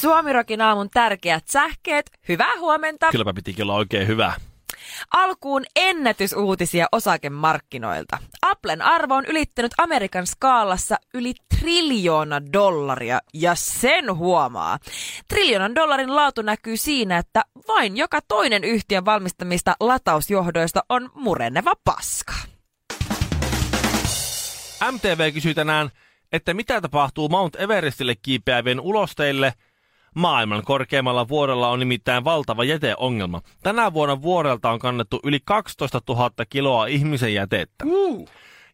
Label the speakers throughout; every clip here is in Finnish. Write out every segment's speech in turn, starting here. Speaker 1: Suomirokin aamun tärkeät sähkeet. Hyvää huomenta.
Speaker 2: Kylläpä pitikin olla oikein hyvä.
Speaker 1: Alkuun ennätysuutisia osakemarkkinoilta. Applen arvo on ylittänyt Amerikan skaalassa yli triljoona dollaria ja sen huomaa. Triljoonan dollarin laatu näkyy siinä, että vain joka toinen yhtiön valmistamista latausjohdoista on mureneva paska.
Speaker 2: MTV kysyy tänään, että mitä tapahtuu Mount Everestille kiipeävien ulosteille. Maailman korkeimmalla vuorella on nimittäin valtava jäteongelma. Tänä vuonna vuorelta on kannettu yli 12 000 kiloa ihmisen jätettä.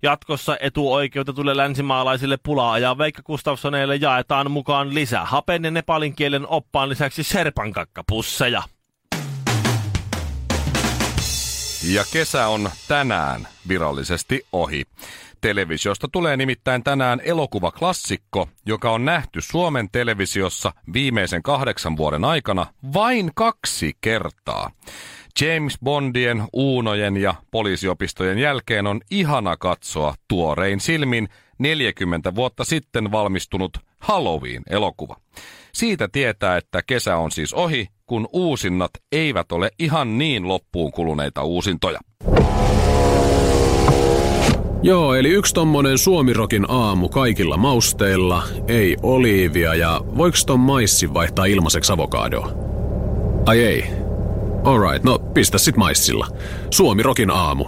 Speaker 2: Jatkossa etuoikeutetulle länsimaalaisille pulaa ja Veikka Gustafssoneille jaetaan mukaan lisää hapen ja nepalin kielen oppaan lisäksi serpankakkapusseja.
Speaker 3: Ja kesä on tänään virallisesti ohi. Televisiosta tulee nimittäin tänään elokuvaklassikko, joka on nähty Suomen televisiossa viimeisen kahdeksan vuoden aikana vain kaksi kertaa. James Bondien, Uunojen ja poliisiopistojen jälkeen on ihana katsoa tuorein silmin 40 vuotta sitten valmistunut Halloween-elokuva. Siitä tietää, että kesä on siis ohi, kun uusinnat eivät ole ihan niin loppuun kuluneita uusintoja.
Speaker 4: Joo, eli yksi tommonen suomirokin aamu kaikilla mausteilla, ei oliivia ja voiks ton maissi vaihtaa ilmaiseksi avokadoa? Ai ei. Alright, no pistä sit maissilla. Suomirokin aamu.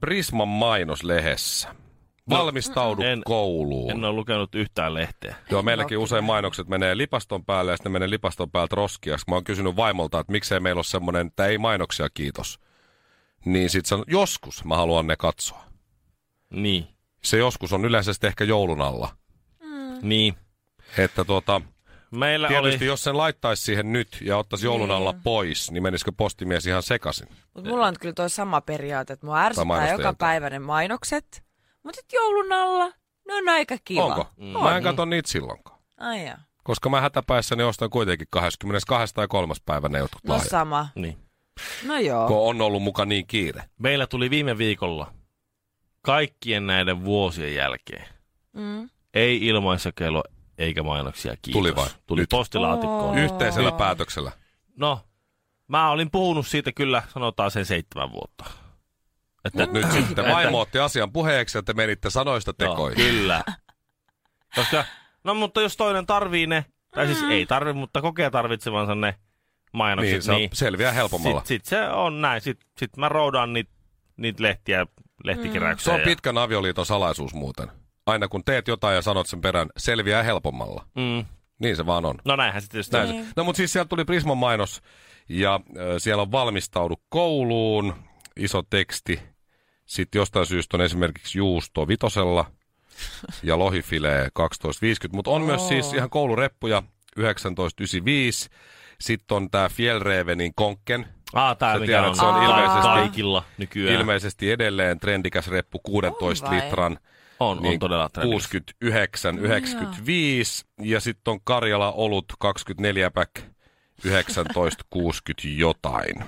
Speaker 3: Prisman mainoslehdessä. Valmistaudu
Speaker 2: No, en-
Speaker 3: kouluun.
Speaker 2: En ole lukenut yhtään lehteä.
Speaker 3: Joo, meilläkin usein mainokset menee lipaston päälle ja sitten menee lipaston päältä roskiaksi. Mä oon kysynyt vaimolta, että miksei meillä ole semmoinen, että ei mainoksia, kiitos. Niin sit sanon, joskus mä haluan ne katsoa.
Speaker 2: Niin.
Speaker 3: Se joskus on yleensä sitten ehkä joulun alla.
Speaker 2: Niin.
Speaker 3: Että tuota,
Speaker 2: Meillä
Speaker 3: tietysti
Speaker 2: oli...
Speaker 3: jos sen laittaisi siihen nyt ja ottaisi joulun alla pois, niin menisikö postimies ihan sekaisin?
Speaker 1: Mut mulla on kyllä toi sama periaate, että mua
Speaker 3: mainosta
Speaker 1: ärsyttää joka
Speaker 3: jotain.
Speaker 1: päiväinen mainokset. Mutta joulun alla, ne on aika kiva.
Speaker 3: Onko?
Speaker 2: Mm.
Speaker 3: Mä en katso niitä silloinkaan.
Speaker 1: Ai jaa.
Speaker 3: Koska mä hätäpäissäni ostan kuitenkin 22. tai 3. päivänä jotkut
Speaker 1: No
Speaker 3: lahjat.
Speaker 1: sama.
Speaker 2: Niin.
Speaker 1: No joo.
Speaker 3: Kun on ollut muka niin kiire.
Speaker 2: Meillä tuli viime viikolla kaikkien näiden vuosien jälkeen.
Speaker 1: Mm.
Speaker 2: Ei ilmaisjakelu eikä mainoksia, kiitos.
Speaker 3: Tuli vai?
Speaker 2: Tuli
Speaker 3: Nyt.
Speaker 2: postilaatikkoon.
Speaker 3: Yhteisellä päätöksellä.
Speaker 2: No, mä olin puhunut siitä kyllä, sanotaan sen seitsemän vuotta. Että
Speaker 3: Mutta nyt sitten
Speaker 2: Että-
Speaker 3: vaimo otti asian puheeksi ja te menitte sanoista
Speaker 2: Joo,
Speaker 3: tekoihin.
Speaker 2: Kyllä. Koska, no mutta jos toinen tarvii ne, tai siis ei tarvi, mutta kokee tarvitsevansa ne mainokset,
Speaker 3: niin,
Speaker 2: niin,
Speaker 3: se niin. selviää helpommalla.
Speaker 2: sit, sit se on näin. Sitten sit mä roudaan niitä niit lehtiä
Speaker 3: se
Speaker 2: lehtikeräykseen.
Speaker 3: on
Speaker 2: ja-
Speaker 3: pitkän avioliiton salaisuus muuten. Aina kun teet jotain ja sanot sen perään, selviää helpommalla.
Speaker 2: Mm.
Speaker 3: Niin se vaan on.
Speaker 2: No näinhän se tietysti
Speaker 3: Näin.
Speaker 2: on.
Speaker 3: se- No mutta siis sieltä tuli Prisman mainos ja ö, siellä on valmistaudu kouluun, iso teksti. Sitten jostain syystä on esimerkiksi juusto vitosella ja lohifilee 12.50, mutta on myös siis ihan koulureppuja 19.95. Sitten on tämä Fjellrevenin konkken,
Speaker 2: Ah, tää
Speaker 3: Sä
Speaker 2: mikä
Speaker 3: tiedät,
Speaker 2: on,
Speaker 3: se on ilmeisesti-
Speaker 2: kaikilla nykyään.
Speaker 3: Ilmeisesti edelleen trendikäs reppu 16
Speaker 1: On vai?
Speaker 3: litran.
Speaker 2: on,
Speaker 3: Niin
Speaker 2: on todella trendikäs.
Speaker 3: 69, 95 ja sitten on Karjala olut 24 pack 1960 jotain.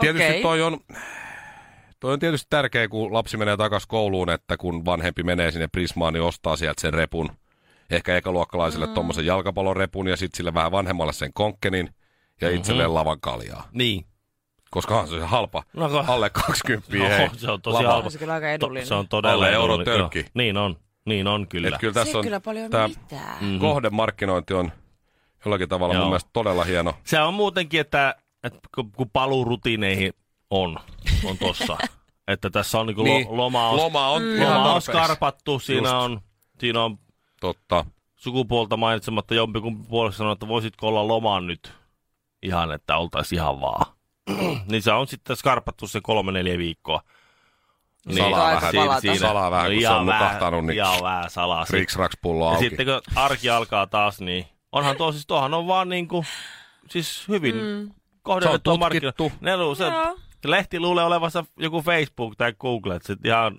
Speaker 3: Tietysti
Speaker 1: Okei.
Speaker 3: toi on, toi on tietysti tärkeä, kun lapsi menee takaisin kouluun, että kun vanhempi menee sinne Prismaan, niin ostaa sieltä sen repun. Ehkä ekaluokkalaisille mm. tuommoisen jalkapallon repun ja sitten sille vähän vanhemmalle sen konkkenin ja
Speaker 2: Mhm.
Speaker 3: itselleen mm-hmm. lavan kaljaa.
Speaker 2: Niin.
Speaker 3: Koska onhan se halpa.
Speaker 2: No ko-
Speaker 3: Alle 20
Speaker 2: Joo,
Speaker 3: hei.
Speaker 2: No, se on tosi
Speaker 3: Lava.
Speaker 2: halpa.
Speaker 1: On se kyllä aika
Speaker 2: To,
Speaker 1: edullinen.
Speaker 2: se on todella
Speaker 3: Alle euro
Speaker 2: edullinen.
Speaker 3: tölkki.
Speaker 2: Joo. Niin on. Niin on kyllä.
Speaker 3: Et kyllä
Speaker 1: se
Speaker 3: tässä
Speaker 1: ei
Speaker 3: on
Speaker 1: kyllä paljon
Speaker 3: tää
Speaker 1: mitään.
Speaker 2: Mhm.
Speaker 3: kohdemarkkinointi on jollakin tavalla
Speaker 2: Joo.
Speaker 3: mun mielestä todella hieno.
Speaker 2: Se on muutenkin, että, että kun, kun paluu rutiineihin on, on tossa. että tässä on niinku niin. loma on,
Speaker 3: Loma on mm. ihan
Speaker 2: loma on
Speaker 3: tarpeeksi.
Speaker 2: skarpattu, siinä
Speaker 3: Just.
Speaker 2: on, siinä on
Speaker 3: Totta.
Speaker 2: sukupuolta mainitsematta jompikumpi puolesta sanoo, että voisitko olla lomaan nyt ihan, että oltaisiin ihan vaan. niin se on sitten skarpattu se kolme neljä viikkoa.
Speaker 3: Niin, salaa
Speaker 1: aika
Speaker 3: vähän,
Speaker 1: palata.
Speaker 3: siinä, salaa vähän, kun se
Speaker 2: jaa,
Speaker 3: on nukahtanut, niin
Speaker 2: jaa, vähän salaa. sit.
Speaker 3: riksrakspullo
Speaker 2: Ja
Speaker 3: auki.
Speaker 2: sitten kun arki alkaa taas, niin onhan tuo siis, tuohan on vaan niin kuin, siis hyvin mm.
Speaker 3: Se
Speaker 2: kohdennettu
Speaker 3: on
Speaker 2: markkino.
Speaker 3: tutkittu.
Speaker 2: Ne luu, se,
Speaker 1: Joo.
Speaker 2: lehti luulee olevansa joku Facebook tai Google, että se ihan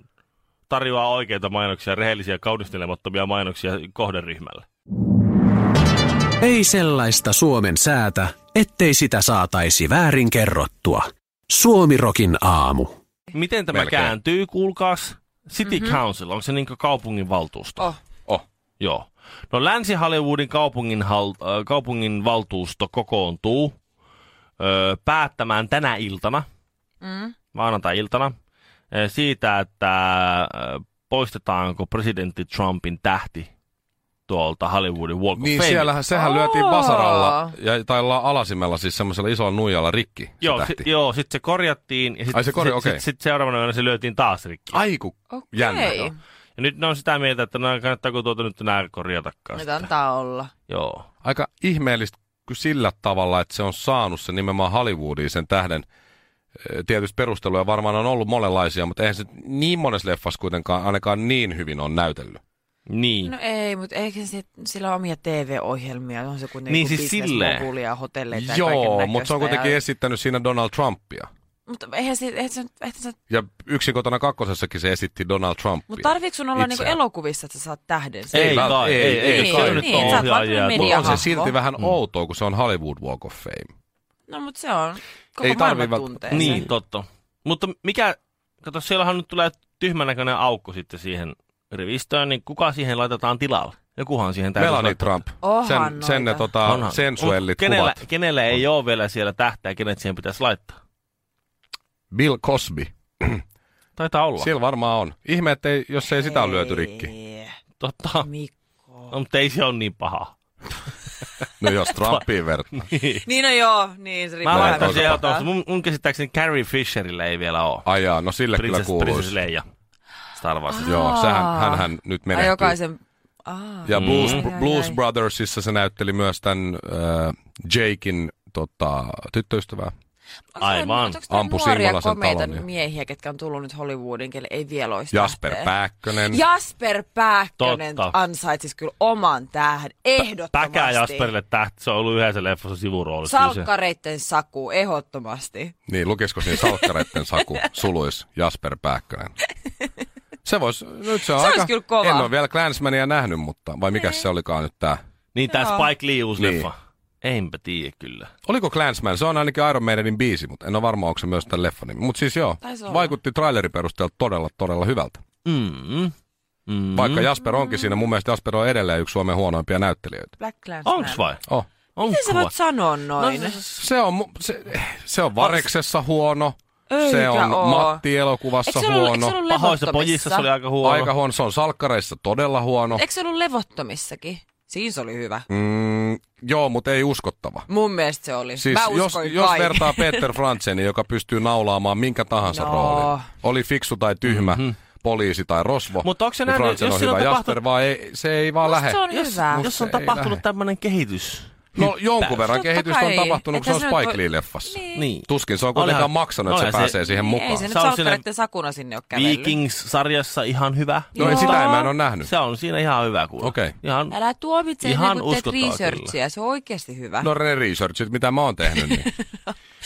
Speaker 2: tarjoaa oikeita mainoksia, rehellisiä, kaunistelemattomia mainoksia kohderyhmälle.
Speaker 4: Ei sellaista Suomen säätä, ettei sitä saataisi väärin kerrottua. Suomirokin aamu.
Speaker 2: Miten tämä
Speaker 3: Melkein.
Speaker 2: kääntyy, kuulkaas? City mm-hmm. Council, onko se niin kaupungin valtuusto?
Speaker 1: Mhm. Oh.
Speaker 3: Oh.
Speaker 2: Joo. No Länsi-Hollywoodin kaupungin, hal, äh, kaupungin valtuusto kokoontuu ö, päättämään tänä iltana,
Speaker 1: Mm.
Speaker 2: maanantai-iltana, ö, siitä, että ö, poistetaanko presidentti Trumpin tähti tuolta Hollywoodin Walk of
Speaker 3: Niin
Speaker 2: Fame.
Speaker 3: siellähän, sehän lyötiin
Speaker 1: Aa.
Speaker 3: vasaralla, ja, tai la- alasimella, siis semmoisella isolla nuijalla rikki.
Speaker 2: Joo,
Speaker 3: se
Speaker 2: sit,
Speaker 3: tähti.
Speaker 2: joo, sit se korjattiin ja sit,
Speaker 3: Ai se korja-
Speaker 2: sit,
Speaker 3: okei.
Speaker 2: sit, sit seuraavana yönä se lyötiin taas rikki.
Speaker 3: Ai kun
Speaker 1: Okei.
Speaker 3: jännä. Joo.
Speaker 2: Ja nyt ne on sitä mieltä, että no, kannattaako tuota nyt enää korjatakaan.
Speaker 1: Nyt
Speaker 2: sitä.
Speaker 1: antaa olla.
Speaker 2: Joo.
Speaker 3: Aika ihmeellistä ky- sillä tavalla, että se on saanut sen nimenomaan Hollywoodiin sen tähden. Ö, Tietysti perusteluja varmaan on ollut monenlaisia, mutta eihän se niin monessa leffassa kuitenkaan ainakaan niin hyvin on näytellyt.
Speaker 2: Niin.
Speaker 1: No ei, mutta eikö se, sillä ole omia TV-ohjelmia? On se kuitenkin
Speaker 2: Niin
Speaker 1: niin,
Speaker 2: siis
Speaker 1: siis
Speaker 2: silleen.
Speaker 1: bisnesmogulia, hotelleita ja
Speaker 3: Joo,
Speaker 1: kaikennäköistä
Speaker 3: mutta se on kuitenkin
Speaker 1: Ja...
Speaker 3: esittänyt siinä Donald Trumpia.
Speaker 1: Mutta eihän se, eihän se, eihän se
Speaker 3: Ja yksin kotona kakkosessakin se esitti Donald Trumpia.
Speaker 1: mutta tarviiko sun olla niinku
Speaker 3: Itseään.
Speaker 1: elokuvissa, että sä saat tähden?
Speaker 2: Ei
Speaker 3: Ei
Speaker 2: kai,
Speaker 3: ei,
Speaker 2: ei, ei,
Speaker 3: ei
Speaker 2: kai.
Speaker 3: kai.
Speaker 2: nyt
Speaker 1: Niin,
Speaker 2: on
Speaker 1: sä oot vaan
Speaker 2: ohjaajia.
Speaker 1: tämmönen
Speaker 3: Mut on se
Speaker 1: Hahmo.
Speaker 3: silti vähän
Speaker 2: Mm.
Speaker 3: outoa, kun se on Hollywood Walk of Fame.
Speaker 1: No mutta se on. Koko
Speaker 3: Ei
Speaker 1: ei maailma
Speaker 3: tarvii vält-
Speaker 1: tuntee sen.
Speaker 2: Niin, totta. Mutta mikä, kato, siellähän nyt tulee tyhmän näköinen aukko sitten siihen rivistöön, niin kuka siihen laitetaan tilalle? Jokuhan siihen täytyy
Speaker 3: Melanie
Speaker 2: laittaa.
Speaker 3: Trump.
Speaker 1: Onhan
Speaker 3: Sen, sen ne
Speaker 1: noita.
Speaker 3: tota,
Speaker 2: Onhan.
Speaker 3: sensuellit
Speaker 2: Mut kenellä,
Speaker 3: kuvat.
Speaker 2: kenellä ei ole vielä siellä tähtää, kenet siihen pitäisi laittaa?
Speaker 3: Bill Cosby.
Speaker 2: Taitaa olla.
Speaker 3: Siellä varmaan on. Ihme, että ei, jos ei sitä ole lyöty rikki.
Speaker 1: Ei,
Speaker 2: Totta.
Speaker 1: Mikko.
Speaker 2: No, mutta ei se ole niin paha.
Speaker 3: No jos Trumpiin vertaa.
Speaker 1: Niin no joo, niin se riippuu
Speaker 2: Mä
Speaker 3: laitan
Speaker 2: laitan
Speaker 3: toisaalta.
Speaker 2: siihen
Speaker 1: vähän
Speaker 2: otossa. Mun, mun käsittääkseni Carrie Fisherille ei vielä ole.
Speaker 3: Ajaa, no sille kyllä
Speaker 2: Princess, Princess
Speaker 3: kuuluisi.
Speaker 2: Leia. Star
Speaker 1: Ah,
Speaker 2: Warsissa.
Speaker 3: Joo, sähän,
Speaker 1: Aa.
Speaker 3: hänhän nyt
Speaker 1: Ai
Speaker 3: menehtyy.
Speaker 1: jokaisen... Aa,
Speaker 3: Ja Blues,
Speaker 2: Ai,
Speaker 1: ai,
Speaker 3: Blues
Speaker 1: ai.
Speaker 3: Brothersissa se näytteli myös tämän äh, Jakein tota, tyttöystävää.
Speaker 1: Onko tää-
Speaker 2: Aivan.
Speaker 1: onko tää
Speaker 3: Ampu
Speaker 1: nuoria
Speaker 3: Singolaisen
Speaker 1: komeita
Speaker 3: talon, joo.
Speaker 1: miehiä, ketkä on tullut nyt Hollywoodin, kelle ei vielä olisi
Speaker 3: Jasper
Speaker 1: tähteä?
Speaker 3: Pääkkönen.
Speaker 1: Jasper Pääkkönen
Speaker 2: Totta.
Speaker 1: ansaitsisi kyllä oman tähden, ehdottomasti.
Speaker 2: Päkää Jasperille tähti, se on ollut yhdessä leffassa sivuroolissa. Kyllä se-
Speaker 1: Salkkareitten saku, ehdottomasti.
Speaker 3: Niin, lukisiko siinä salkkareitten saku suluis Jasper Pääkkönen? Se vois, nyt se on
Speaker 1: Se
Speaker 3: aika,
Speaker 1: olisi kyllä kova.
Speaker 3: en ole vielä Clansmania nähnyt, mutta vai mikä se olikaan nyt tää?
Speaker 2: Niin tää
Speaker 1: Joo.
Speaker 2: Spike Lee uusi
Speaker 3: Niin.
Speaker 2: leffa. Enpä tiedä kyllä.
Speaker 3: Oliko Clansman? Se on ainakin Iron Maidenin biisi, mutta en ole varma, onko se myös tämän leffan nimi. Mutta siis joo,
Speaker 1: Taisi olla.
Speaker 3: vaikutti trailerin perusteella todella, todella hyvältä.
Speaker 2: Mm. Mm.
Speaker 3: Vaikka Jasper onkin siinä, mun mielestä Jasper on edelleen yksi Suomen huonoimpia näyttelijöitä.
Speaker 1: Black Clans
Speaker 2: Onks vai?
Speaker 3: Oh.
Speaker 2: Onks
Speaker 1: Miten sä voit sanoa noin? No,
Speaker 3: Se on, mu- se, se on Vareksessa huono, se
Speaker 1: Eikä
Speaker 3: on
Speaker 1: oo. Eikö
Speaker 3: Matti-elokuvassa
Speaker 1: se ollut, eikö se
Speaker 3: huono,
Speaker 1: ollut
Speaker 2: Pahoissa pojissa se
Speaker 1: levottomissa?
Speaker 2: oli aika No. huono.
Speaker 3: aika huono, se on salkkareissa todella huono.
Speaker 1: Eikö se ollut levottomissakin? Siinä se oli hyvä.
Speaker 3: Mm, joo, mutta ei uskottava.
Speaker 1: Mun mielestä se oli.
Speaker 3: Siis
Speaker 1: Mä
Speaker 3: jos,
Speaker 1: Mm, uskoin
Speaker 3: jos
Speaker 1: kaiken.
Speaker 3: vertaa Peter Frantzeni, joka pystyy naulaamaan minkä tahansa
Speaker 1: No.
Speaker 3: roolin, oli fiksu tai tyhmä, mm-hmm. poliisi tai rosvo,
Speaker 2: Mhm. Mut onks se
Speaker 3: niin
Speaker 2: nähnyt-
Speaker 3: Frantzen
Speaker 2: jos
Speaker 3: on
Speaker 2: siinä
Speaker 3: hyvä.
Speaker 2: on tapahtunut-
Speaker 3: Jasper vaan ei, se ei vaan lähde.
Speaker 1: se on
Speaker 2: Jos,
Speaker 1: hyvä.
Speaker 2: jos on
Speaker 3: Se ei
Speaker 2: tapahtunut
Speaker 3: lähde.
Speaker 2: tämmönen kehitys.
Speaker 3: No jonkun verran
Speaker 1: Totta
Speaker 3: kehitystä on
Speaker 1: kai.
Speaker 3: tapahtunut, kun se on
Speaker 1: Eihän se nyt voi-
Speaker 3: Spike Lee-leffassa.
Speaker 1: Niin.
Speaker 2: Niin.
Speaker 3: Tuskin se on kuitenkaan
Speaker 2: Olihan-
Speaker 3: maksanut, että se
Speaker 2: olihan se-
Speaker 3: pääsee siihen
Speaker 1: Niin, Ei
Speaker 3: mukaan.
Speaker 1: se nyt
Speaker 2: Se on
Speaker 1: salkkareitten sakuna sinne ole kävellyt.
Speaker 2: Vikings-sarjassa ihan hyvä.
Speaker 3: No ei
Speaker 1: Joo.
Speaker 3: sitä en mä en ole nähnyt.
Speaker 2: Se on siinä ihan hyvä kuulla.
Speaker 3: Okei.
Speaker 2: Ihan...
Speaker 1: Älä tuomitse
Speaker 2: Ihan
Speaker 1: ennen kuin teet
Speaker 2: uskotaan
Speaker 1: researchia, se on oikeasti hyvä.
Speaker 3: No ne researchit, mitä mä oon tehnyt, niin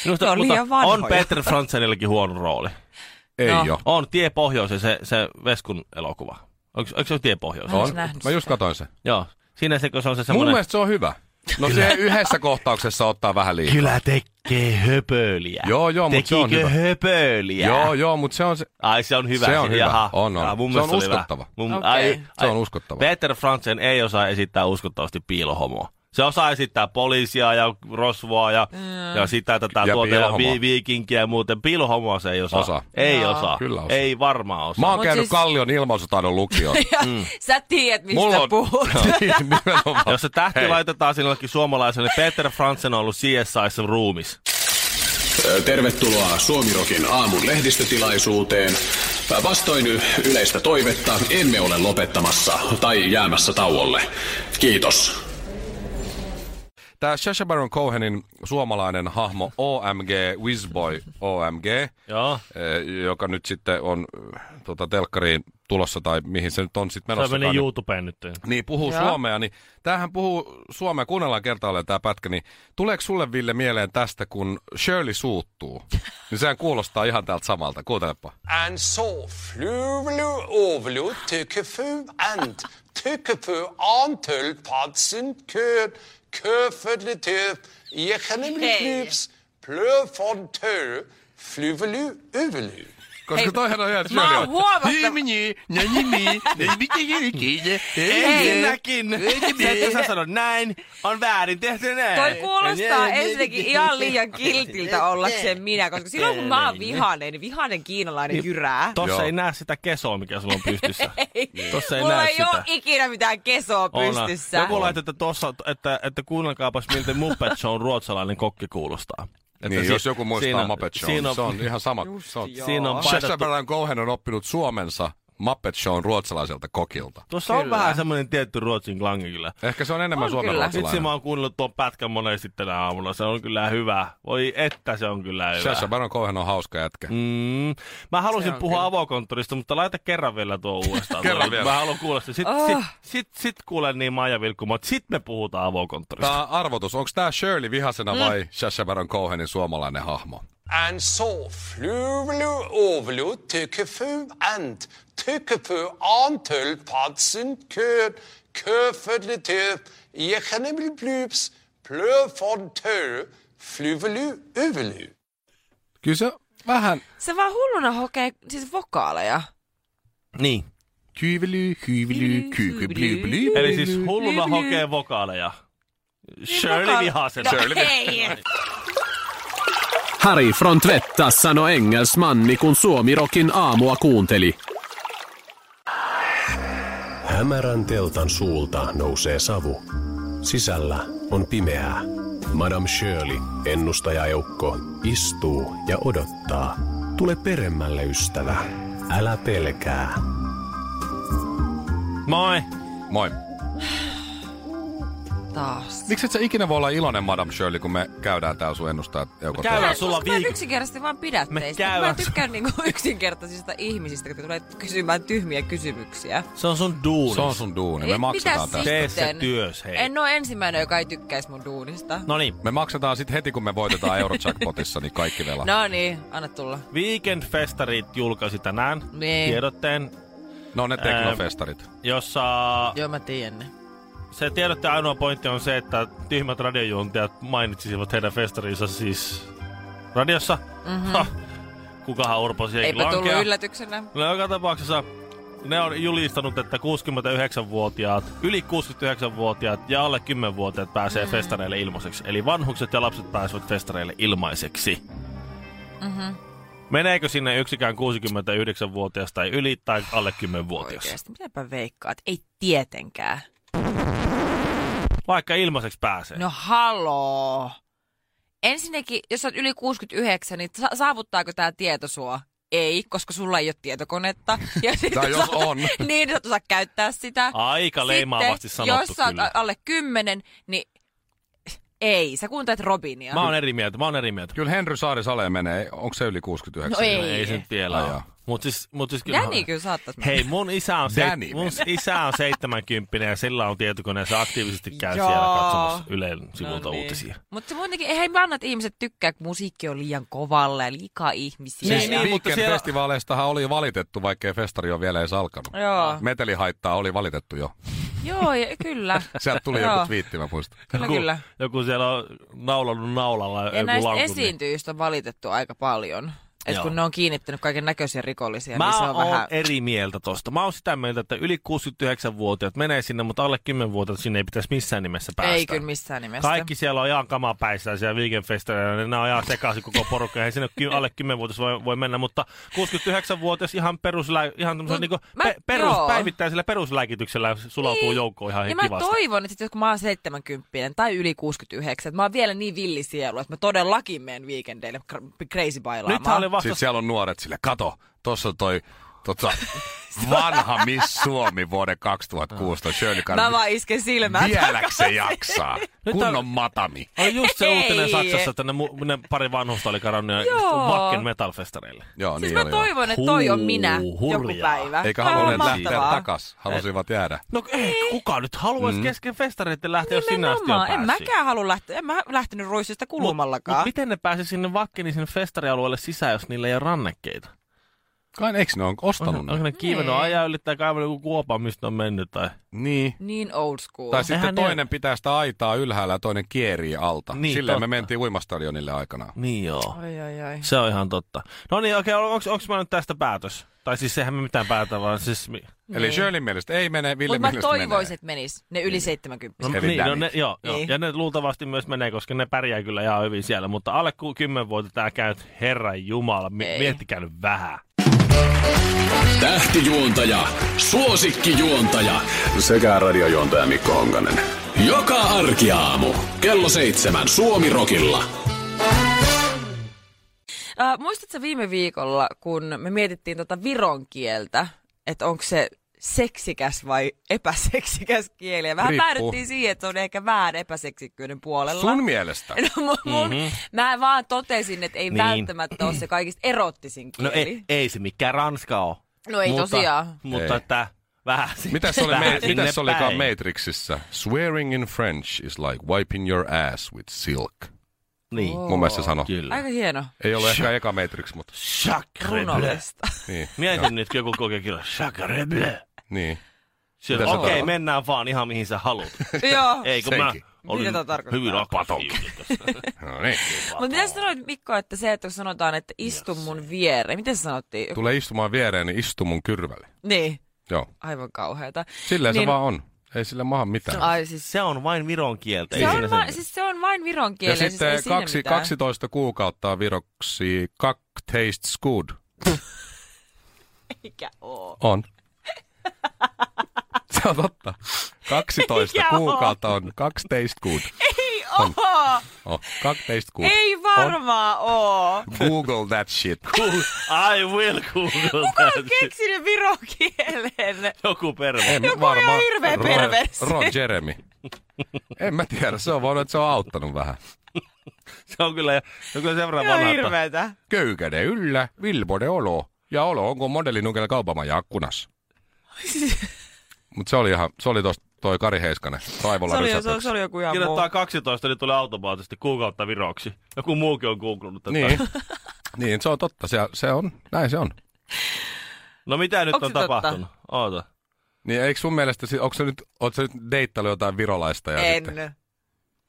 Speaker 2: Minusta,
Speaker 1: on liian
Speaker 2: mutta on
Speaker 1: vanhoja.
Speaker 2: Peter Frantzenillakin huono rooli.
Speaker 3: ei
Speaker 1: No.
Speaker 3: oo.
Speaker 2: On Tie pohjoiseen se, se Veskun elokuva. Onko, onko se Tie
Speaker 1: Mä
Speaker 2: pohjoiseen?
Speaker 1: en
Speaker 3: On.
Speaker 1: ois nähnyt
Speaker 3: Mä just katoin sen.
Speaker 2: Joo. Siinä se, kun se on se
Speaker 3: Mun
Speaker 2: semmoinen...
Speaker 3: mielestä se on hyvä. No se yhdessä kohtauksessa ottaa vähän liikaa.
Speaker 2: Kyllä tekee höpöliä.
Speaker 3: Joo, joo, mut se on
Speaker 2: Tekikö
Speaker 3: hyvä.
Speaker 2: höpöliä?
Speaker 3: Joo, joo, mutta se on se,
Speaker 2: Ai se on hyvä.
Speaker 3: Se on
Speaker 2: siinä,
Speaker 3: hyvä.
Speaker 2: Jaha.
Speaker 3: On, on.
Speaker 2: Jaa, mun
Speaker 3: Se
Speaker 2: mielestä
Speaker 3: on
Speaker 2: oli hyvä.
Speaker 3: uskottava.
Speaker 2: Mun,
Speaker 1: Okei.
Speaker 3: Se on uskottava.
Speaker 2: Peter Frantzen ei osaa esittää uskottavasti piilohomoa. Se osaa esittää poliisia ja rosvoa ja, mm. ja sitä tätä
Speaker 3: Ja
Speaker 2: tuota ja
Speaker 3: piilohomoa.
Speaker 2: vi- viikinkiä ja muuten. Piilohomoa se ei osaa.
Speaker 3: Osaa.
Speaker 2: Ei
Speaker 1: Joo.
Speaker 2: osaa.
Speaker 3: Kyllä osaa.
Speaker 2: Ei varmaan osaa.
Speaker 3: Mä oon
Speaker 1: Mut
Speaker 3: käynyt
Speaker 1: siis-
Speaker 3: Kallion ilmaisutaidon lukioon.
Speaker 1: Sä tiedät, mistä
Speaker 3: Mulla on- Niin,
Speaker 1: puhut.
Speaker 3: Nimenomaan.
Speaker 2: Jos se tähti
Speaker 3: Hei.
Speaker 2: laitetaan sinullekin suomalaiselle, niin Peter Frantzen on ollut CSIssä ruumis.
Speaker 4: Ö, Tervetuloa Suomirokin aamun lehdistötilaisuuteen. Ö, Vastoin yleistä toivetta emme ole lopettamassa tai jäämässä tauolle. Kiitos.
Speaker 3: Tämä Sacha Baron Cohenin suomalainen hahmo OMG, Wizboy OMG,
Speaker 2: Joo.
Speaker 3: eh, joka nyt sitten on eh, tota, telkkariin tulossa tai mihin se nyt on sitten
Speaker 2: Se
Speaker 3: menossa.
Speaker 2: meni YouTubeen nyt.
Speaker 3: niin puhuu
Speaker 1: Joo.
Speaker 3: suomea, niin tämähän puhuu suomea, kuunnellaan kertaalleen tämä pätkä, niin tuleeko sulle Ville mieleen tästä, kun Shirley suuttuu? Niin sehän kuulostaa ihan täältä samalta, kuuntelepa.
Speaker 5: En såfluvlu ovlu tykkefu ent tykkefu antull padsen kød køfødle tøp jekenem knups pløv von tø fluvelu uvelu.
Speaker 3: Koska Hei, toihan on ihan
Speaker 1: mä
Speaker 3: Shirley
Speaker 1: oon
Speaker 3: on-
Speaker 1: huomattava-
Speaker 3: Himni, nä nimi, nä mitä
Speaker 2: Ensinnäkin. Se, että sä sanot näin, on väärin tehty näin.
Speaker 1: Toi kuulostaa ensinnäkin ihan liian kiltiltä ollakseen minä, koska silloin kun mä oon vihanen, niin vihanen kiinalainen jyrää.
Speaker 2: Tossa
Speaker 3: Joo.
Speaker 2: ei näe sitä kesoa, mikä sulla on pystyssä. Tossa ei
Speaker 1: Mulla
Speaker 2: näe
Speaker 1: ei ole
Speaker 2: sitä.
Speaker 1: ikinä mitään kesoa
Speaker 2: Oona.
Speaker 1: pystyssä.
Speaker 2: Joku laittoi, että, tossa, että, että kuunnelkaapas, miltä Muppet Show ruotsalainen kokki kuulostaa. Että
Speaker 3: Niin,
Speaker 2: si-
Speaker 3: jos joku muistaa Muppet Show, niin
Speaker 2: siinä on,
Speaker 3: se on ihan sama. Se on,
Speaker 2: siinä on
Speaker 3: Sacha
Speaker 2: painettu-
Speaker 3: Baron Cohen on oppinut suomensa Muppet Shown ruotsalaiselta kokilta.
Speaker 2: Tuossa on vähän semmoinen tietty ruotsin klangi kyllä.
Speaker 3: Ehkä se on enemmän
Speaker 1: On
Speaker 3: suomen
Speaker 1: kyllä.
Speaker 2: Itse mä
Speaker 3: ruotsalainen.
Speaker 2: oon kuunnellut tuon pätkän monesti tänä aamuna. Se on kyllä hyvä. Voi että se on kyllä hyvä.
Speaker 3: Sacha Baron Cohen on hauska jätkä.
Speaker 2: Mm. Mä halusin
Speaker 1: on
Speaker 2: puhua
Speaker 1: kyllä.
Speaker 2: avokonttorista, mutta laita kerran vielä tuo uudestaan.
Speaker 3: Kerran
Speaker 2: Tuo-
Speaker 3: vielä.
Speaker 2: Mä haluan kuulla sitä.
Speaker 1: Ah.
Speaker 2: Sitten sit, sit, sit kuulen niin Maija Vilkkuma, että sit me puhutaan avokonttorista.
Speaker 3: Tämä arvotus, onko tämä Shirley vihasena
Speaker 1: Mm.
Speaker 3: vai Sacha Baron Cohenin suomalainen hahmo?
Speaker 5: En såfluvlu ovlu tykkefu ent tykkefu antull padsen kød køfødle tøp jekenem knups pløv von tø fluvelu uvelu.
Speaker 3: Kyllä se vähän...
Speaker 1: Se vaan hulluna hokee siis vokaaleja.
Speaker 2: Niin.
Speaker 3: Kyyvely, kyyvely, kyyvely, kyyvely.
Speaker 2: Eli siis hulluna
Speaker 1: Lyly.
Speaker 2: hokee vokaaleja. Shirley
Speaker 1: Niin vokaale- No,
Speaker 2: Vihasena.
Speaker 1: Hei!
Speaker 4: Harry Frontvettas sanoi engelsmanni, kun Suomirokin aamua kuunteli.
Speaker 6: Hämärän teltan suulta nousee savu. Sisällä on pimeää. Madame Shirley, ennustajajoukko, istuu ja odottaa. Tule peremmälle, ystävä. Älä pelkää.
Speaker 2: Moi.
Speaker 3: Moi.
Speaker 1: Taas.
Speaker 3: Miksi et sä ikinä voi olla iloinen Madame Shirley, kun me käydään täällä sun ennustajat Eukot?
Speaker 2: Käydään
Speaker 3: läpi?
Speaker 2: sulla
Speaker 1: Koska mä en
Speaker 2: viikko-
Speaker 1: yksinkertaisesti vaan pidä
Speaker 2: Me
Speaker 1: teistä.
Speaker 2: käydään-
Speaker 1: Mä en tykkään niinku yksinkertaisista ihmisistä, jotka tulee kysymään tyhmiä kysymyksiä.
Speaker 2: Se on sun duunis.
Speaker 3: Se on sun duuni.
Speaker 1: Ei,
Speaker 3: Me maksetaan
Speaker 1: mitä
Speaker 3: tästä.
Speaker 2: Tee se
Speaker 1: Sitten.
Speaker 2: työs, hei.
Speaker 1: En oo ensimmäinen, joka ei tykkäis mun duunista.
Speaker 2: No niin,
Speaker 3: Me maksetaan sit heti, kun me voitetaan Eurojackpotissa, niin kaikki velat.
Speaker 1: No niin, anna tulla.
Speaker 2: Weekend-festarit julkaisi tänään
Speaker 1: Niin.
Speaker 2: tiedotteen,
Speaker 3: No ne teknofestarit.
Speaker 2: jossa
Speaker 1: Joo, mä tiedän ne.
Speaker 2: se tiedotteen ainoa pointti on se, että tyhmät radiojuontajat mainitsisivat heidän festarinsa siis radiossa. Mm-hmm. Ha, kukahan Orpo siihenkin
Speaker 1: Mhm. Eipä tullut
Speaker 2: lankea.
Speaker 1: yllätyksenä.
Speaker 2: No joka tapauksessa ne on julistanut, että 69-vuotiaat, yli 69-vuotiaat ja alle 10-vuotiaat pääsee
Speaker 1: Mhm.
Speaker 2: mm. festareille ilmaiseksi. Eli vanhukset ja lapset pääsevät festareille ilmaiseksi. Mm-hmm.
Speaker 1: Mhm.
Speaker 2: Meneekö sinne yksikään 69-vuotias tai yli tai alle 10-vuotias?
Speaker 1: Oikeesti, mitäpä veikkaat? Ei tietenkään.
Speaker 2: Vaikka ilmaiseksi pääsee.
Speaker 1: No haloo. Ensinnäkin, jos olet yli 69, niin sa- saavuttaako tämä tieto sua? Ei, koska sulla ei ole tietokonetta. Ja sit
Speaker 3: Tai
Speaker 1: sä
Speaker 3: jos
Speaker 1: oot-
Speaker 3: on.
Speaker 1: niin, sä et osaa käyttää sitä.
Speaker 2: Aika leimaavasti
Speaker 1: Sitten,
Speaker 2: sanottu
Speaker 1: jos sä oot
Speaker 2: kyllä.
Speaker 1: alle 10, niin ei. Sä kuuntelet Robinia.
Speaker 2: Mä oon eri mieltä, mä oon eri mieltä.
Speaker 3: Kyllä Henry Saarisale menee, onko se yli 69?
Speaker 1: No ei.
Speaker 2: Ei se nyt vielä
Speaker 3: Ai
Speaker 2: ole.
Speaker 3: joo.
Speaker 2: Mut siis, mut siis kyllä...
Speaker 1: Danny niin kyllä saattaisi mennä.
Speaker 2: Hei, mun isä on, se,
Speaker 3: Danny
Speaker 2: mun isä on 70 ja sillä on tietokone ja se aktiivisesti käy
Speaker 1: Joo. No niin.
Speaker 2: siellä katsomassa Ylen sivulta uutisia.
Speaker 1: Mutta se muutenkin, eihän mä anna, että ihmiset tykkää, kun musiikki on liian kovalla ja liikaa ihmisiä.
Speaker 3: Siis
Speaker 2: Niin,
Speaker 3: niin,
Speaker 2: niin, mutta siellä-
Speaker 3: Weekend-festivaaleistahan oli valitettu, vaikkei festari on vielä edes alkanut.
Speaker 1: Joo.
Speaker 2: Ah.
Speaker 3: Metelihaittaa oli valitettu jo.
Speaker 1: Joo, ja, kyllä.
Speaker 3: Sieltä tuli
Speaker 1: Joo.
Speaker 3: joku twiitti, mä muistan.
Speaker 1: Kyllä, kyllä.
Speaker 2: Joku siellä on naulannut naulalla
Speaker 1: Ja
Speaker 2: joku
Speaker 1: näistä
Speaker 2: lankun. niin-
Speaker 1: esiintyjistä on valitettu aika paljon. Et
Speaker 2: Joo.
Speaker 1: kun ne on kiinnittänyt kaiken näköisiä rikollisia,
Speaker 2: Mä
Speaker 1: niin se
Speaker 2: oon
Speaker 1: on vähän...
Speaker 2: eri mieltä tosta. Mä oon sitä mieltä, että yli 69-vuotiaat menee sinne, mutta alle 10-vuotiaat sinne ei pitäisi missään nimessä päästä.
Speaker 1: Ei kyllä missään nimessä.
Speaker 2: Kaikki siellä on ihan kamaa päissään siellä viikenfestareilla, niin nämä on ihan sekaisin koko porukka, eihän sinne ky- alle 10-vuotias voi, voi mennä, mutta 69-vuotias ihan, peruslä, ihan tämmöisellä
Speaker 1: Mut
Speaker 2: niinku
Speaker 1: No, mä-
Speaker 2: pe- perus,
Speaker 1: joo.
Speaker 2: päivittäisellä peruslääkityksellä sulautuu niin. joukkoon ihan
Speaker 1: ja mä
Speaker 2: kivasti.
Speaker 1: toivon, että sit, kun mä oon 70 tai yli 69, että mä oon vielä niin villisielu, että mä todellakin menen viikendeille cra- crazy bailaamaan.
Speaker 3: Siis
Speaker 2: Nythän oli vasta...
Speaker 3: Sitten siellä on nuoret sille, kato, tossa on toi Tota, vanha Miss Suomi vuoden 2016, Shirley
Speaker 1: Mä
Speaker 3: Karvi.
Speaker 1: vaan isken silmään.
Speaker 3: Vieläks se
Speaker 1: takaisin.
Speaker 3: jaksaa?
Speaker 2: Nyt on-
Speaker 3: Kunnon matami.
Speaker 2: Oli just se uutinen
Speaker 1: Hei.
Speaker 2: Saksassa, että ne, mu- ne pari vanhusta oli kadonnut ja
Speaker 1: Joo.
Speaker 2: Macken metalfestareille.
Speaker 3: Joo,
Speaker 1: Siis
Speaker 3: niin
Speaker 1: mä
Speaker 3: oli, joo.
Speaker 1: toivon, että toi on minä
Speaker 2: Huu,
Speaker 1: joku
Speaker 2: hurjaa.
Speaker 1: päivä.
Speaker 3: Eikä
Speaker 1: Tää on
Speaker 3: halunneet lähteä
Speaker 1: mahtavaa.
Speaker 3: takas, halusivat jäädä.
Speaker 2: No ei, kuka nyt haluaisi mm. kesken festareiden lähteä, jos sinne asti on
Speaker 1: Niin. Nimenomaan. En
Speaker 2: päässyt?
Speaker 1: mäkään halua lähteä. En mä lähtenyt ruisista kulumallakaan.
Speaker 2: Mut miten ne pääsi sinne Vakkenisen festarialueelle sisään, jos niillä ei ole rannekkeita?
Speaker 3: Kai eikö ne on ostanut
Speaker 2: Onko
Speaker 3: ne?
Speaker 2: ne kiivennyt
Speaker 1: Nee.
Speaker 2: ajaa yli tai kaivannut joku kuopa, mistä ne on mennyt? Tai...
Speaker 3: Niin.
Speaker 1: Niin old school.
Speaker 3: Tai sitten
Speaker 2: Eihän ne-
Speaker 3: toinen pitää sitä aitaa ylhäällä ja toinen kierii alta.
Speaker 2: Niin,
Speaker 3: Silleen me
Speaker 2: totta.
Speaker 3: mentiin uimastadionille aikanaan.
Speaker 2: Niin joo.
Speaker 1: Ai, ai, ai.
Speaker 2: Se on ihan totta. No niin, okei, okay, onko mä nyt tästä päätös? Tai siis sehän me mitään päätä, vaan siis... mi-
Speaker 3: Eli
Speaker 1: Niin.
Speaker 3: Shirley mielestä ei mene, Ville
Speaker 1: Mutta mä
Speaker 3: mielestä
Speaker 1: toivoisin,
Speaker 3: menee.
Speaker 1: että menis ne yli 70.
Speaker 2: No,
Speaker 3: Eli
Speaker 2: niin, no
Speaker 3: dämit.
Speaker 2: ne, joo, joo.
Speaker 1: Niin.
Speaker 2: Ja ne luultavasti myös menee, koska ne pärjää kyllä ihan hyvin siellä. Mutta alle 10 vuotta tää käy, nyt, herran jumala, mi-
Speaker 1: Ei.
Speaker 2: miettikää nyt vähän.
Speaker 4: Tähtijuontaja, suosikkijuontaja sekä radiojuontaja Mikko Honkanen. Joka arkiaamu kello seitsemän Suomi Rokilla.
Speaker 1: Äh, muistatko viime viikolla, kun me mietittiin tota viron kieltä, että onko se seksikäs vai epäseksikäs kieli? Ja vähän
Speaker 3: Riippuu.
Speaker 1: päädyttiin siihen, että se on ehkä vähän epäseksikkyyden puolella.
Speaker 3: Sun mielestä?
Speaker 1: No, mun, mm-hmm. Mä vaan totesin, että ei
Speaker 2: Mhm. Niin.
Speaker 1: niin. välttämättä ole se kaikista erottisin kieli.
Speaker 2: No ei, ei se mikään ranska on.
Speaker 1: no ei
Speaker 2: mutta,
Speaker 1: tosiaan.
Speaker 2: Mutta
Speaker 3: Ei.
Speaker 2: että vähän sinne,
Speaker 3: Mitäs se oli,
Speaker 2: vähän
Speaker 3: me,
Speaker 2: sinne
Speaker 3: mitäs se olikaan
Speaker 2: päin.
Speaker 3: Matrixissa? Swearing in French is like wiping your ass with silk.
Speaker 2: Niin,
Speaker 3: Mun mielestä se sano.
Speaker 2: kyllä.
Speaker 1: Aika hieno.
Speaker 3: Ei ole ehkä eka Matrix, mutta
Speaker 2: Sacre bleu.
Speaker 1: Runollista.
Speaker 3: niin.
Speaker 2: Mietin nyt, kun joku kokee kyllä, sacre bleu.
Speaker 3: niin.
Speaker 2: Siellä,
Speaker 3: Mitä se
Speaker 2: Okei,
Speaker 3: tarkoittaa?
Speaker 2: mennään vaan ihan mihin sä haluat.
Speaker 1: Joo.
Speaker 2: Ei, kun mä
Speaker 3: Senkin.
Speaker 2: olin
Speaker 1: Mitä tää tarkoittaa?
Speaker 2: hyvin aktiivinen tässä.
Speaker 3: No niin.
Speaker 1: Mutta mitä sä sanoit Mikko, että se, että kun sanotaan, että istu mun viereen. Miten se sanottiin?
Speaker 3: Tule istumaan viereen, niin istu mun kyrvälle.
Speaker 1: Niin.
Speaker 3: Joo.
Speaker 1: Aivan kauheeta.
Speaker 3: Silleen niin. se
Speaker 1: Niin-
Speaker 3: vaan on. Ei sillä maahan mitään.
Speaker 1: Ai siis
Speaker 2: Se on vain viron kieltä. ei
Speaker 1: Se
Speaker 2: siinä
Speaker 1: on,
Speaker 2: sen
Speaker 1: vain, siis se on vain viron
Speaker 3: Ja
Speaker 1: kielellä, siis ei
Speaker 3: sitten
Speaker 1: siinä
Speaker 3: kaksi,
Speaker 1: mitään.
Speaker 3: 12 kuukautta on viroksi kak tastes good.
Speaker 1: Eikä oo.
Speaker 3: On. Se on totta. 12
Speaker 1: Eikä oo.
Speaker 3: kuukautta on kaksi taste good.
Speaker 1: Ei oo!
Speaker 3: Oh, kaksi taste good.
Speaker 1: Ei No varmaan oo.
Speaker 3: Google that shit.
Speaker 2: I will google
Speaker 1: Kuka on
Speaker 2: that.
Speaker 1: keksinyt viron kielen?
Speaker 2: Joku perve.
Speaker 3: En
Speaker 1: Joku
Speaker 3: varmaan-
Speaker 1: ihan hirveä
Speaker 3: Ron-
Speaker 1: perversi.
Speaker 3: Ron Jeremy. En mä tiedä, se on voinut, että se on auttanut vähän.
Speaker 2: Se on kyllä, se on kyllä sen verran
Speaker 1: Ihan
Speaker 2: vanha, että
Speaker 1: hirveetä.
Speaker 3: Köykäde yllä, vilbode olo. Ja olo onko modeli nukella kaupamaja akkunas.
Speaker 1: siis.
Speaker 3: Mut se oli ihan, se oli tos, toi Kari Heiskanen,
Speaker 1: Se
Speaker 3: Raivola
Speaker 1: oli, se, oli-
Speaker 3: Rysäpöks.
Speaker 1: se oli joku ihan muu.
Speaker 2: kirjoittaa 12, niin tulee automaattisesti kuukautta viroksi. Joku muukin on googlannut tätä.
Speaker 3: Niin. niin, se on totta, se, se on, näin se on.
Speaker 2: No mitä nyt
Speaker 1: Onks
Speaker 2: on
Speaker 1: se totta?
Speaker 2: tapahtunut? Oota.
Speaker 3: Niin eikö sun mielestä, si- onko se nyt, oot sä nyt deittailu jotain virolaista? Ja Sitten?
Speaker 1: En.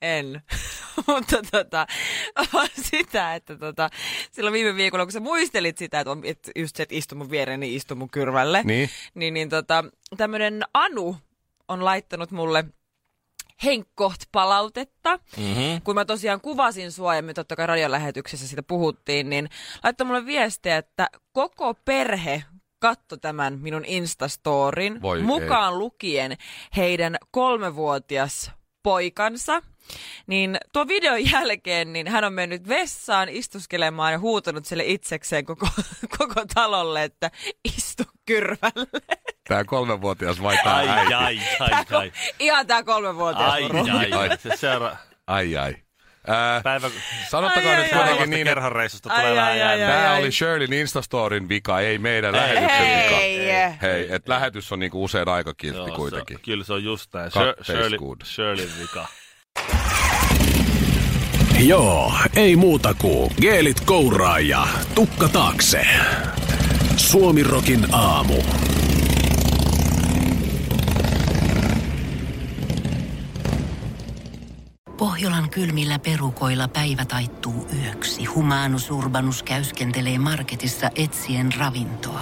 Speaker 1: En. Mutta tota, vaan sitä, että tota, silloin viime viikolla, kun sä muistelit sitä, että, on, että just se, että istu mun viereen, niin istu mun kyrvälle.
Speaker 3: Niin,
Speaker 1: niin, niin tota, tämmönen Anu on laittanut mulle henkkoht palautetta. Mm-hmm. Kun mä tosiaan kuvasin sua ja me totta kai radiolähetyksessä siitä puhuttiin, niin laittoi mulle viestiä, että koko perhe katto tämän minun Instastorin,
Speaker 3: Voi
Speaker 1: mukaan lukien heidän kolmevuotias poikansa. Niin tuo videon jälkeen niin hän on mennyt vessaan istuskelemaan ja huutanut sille itsekseen koko, koko talolle, että istu kyrvälle.
Speaker 3: tää kolmenvuotias vai tää
Speaker 2: Ai,
Speaker 3: äiti?
Speaker 2: ai, ai, ai.
Speaker 1: Ihan tää kolmevuotias
Speaker 2: Ai,
Speaker 1: moro.
Speaker 2: ai, ai. Se seura...
Speaker 3: Ai, ai. Ää,
Speaker 2: Päivä...
Speaker 3: sanottakaa
Speaker 1: Ai,
Speaker 3: nyt
Speaker 1: ai, ai.
Speaker 3: kuitenkin niin, että
Speaker 2: kerhoreissusta
Speaker 1: Ai,
Speaker 2: tulee
Speaker 1: ai,
Speaker 2: vähän
Speaker 1: ai,
Speaker 2: jäänyt.
Speaker 1: ai.
Speaker 3: Tämä oli Shirleyn Instastorin vika, ei meidän lähetyksen vika.
Speaker 1: Hei.
Speaker 3: Hei, et lähetys on niinku usein aika
Speaker 2: Joo,
Speaker 3: kiltti
Speaker 2: se-
Speaker 3: kuitenkin.
Speaker 2: Kyllä se on just näin. Shir-
Speaker 3: Katteis
Speaker 2: Shirley,
Speaker 3: good.
Speaker 2: Shirley vika.
Speaker 4: Joo, ei muuta kuin geelit kouraa ja tukka taakse. Suomi Rokin aamu.
Speaker 7: Pohjolan kylmillä perukoilla päivä taittuu yöksi. Humanus Urbanus käyskentelee marketissa etsien ravintoa.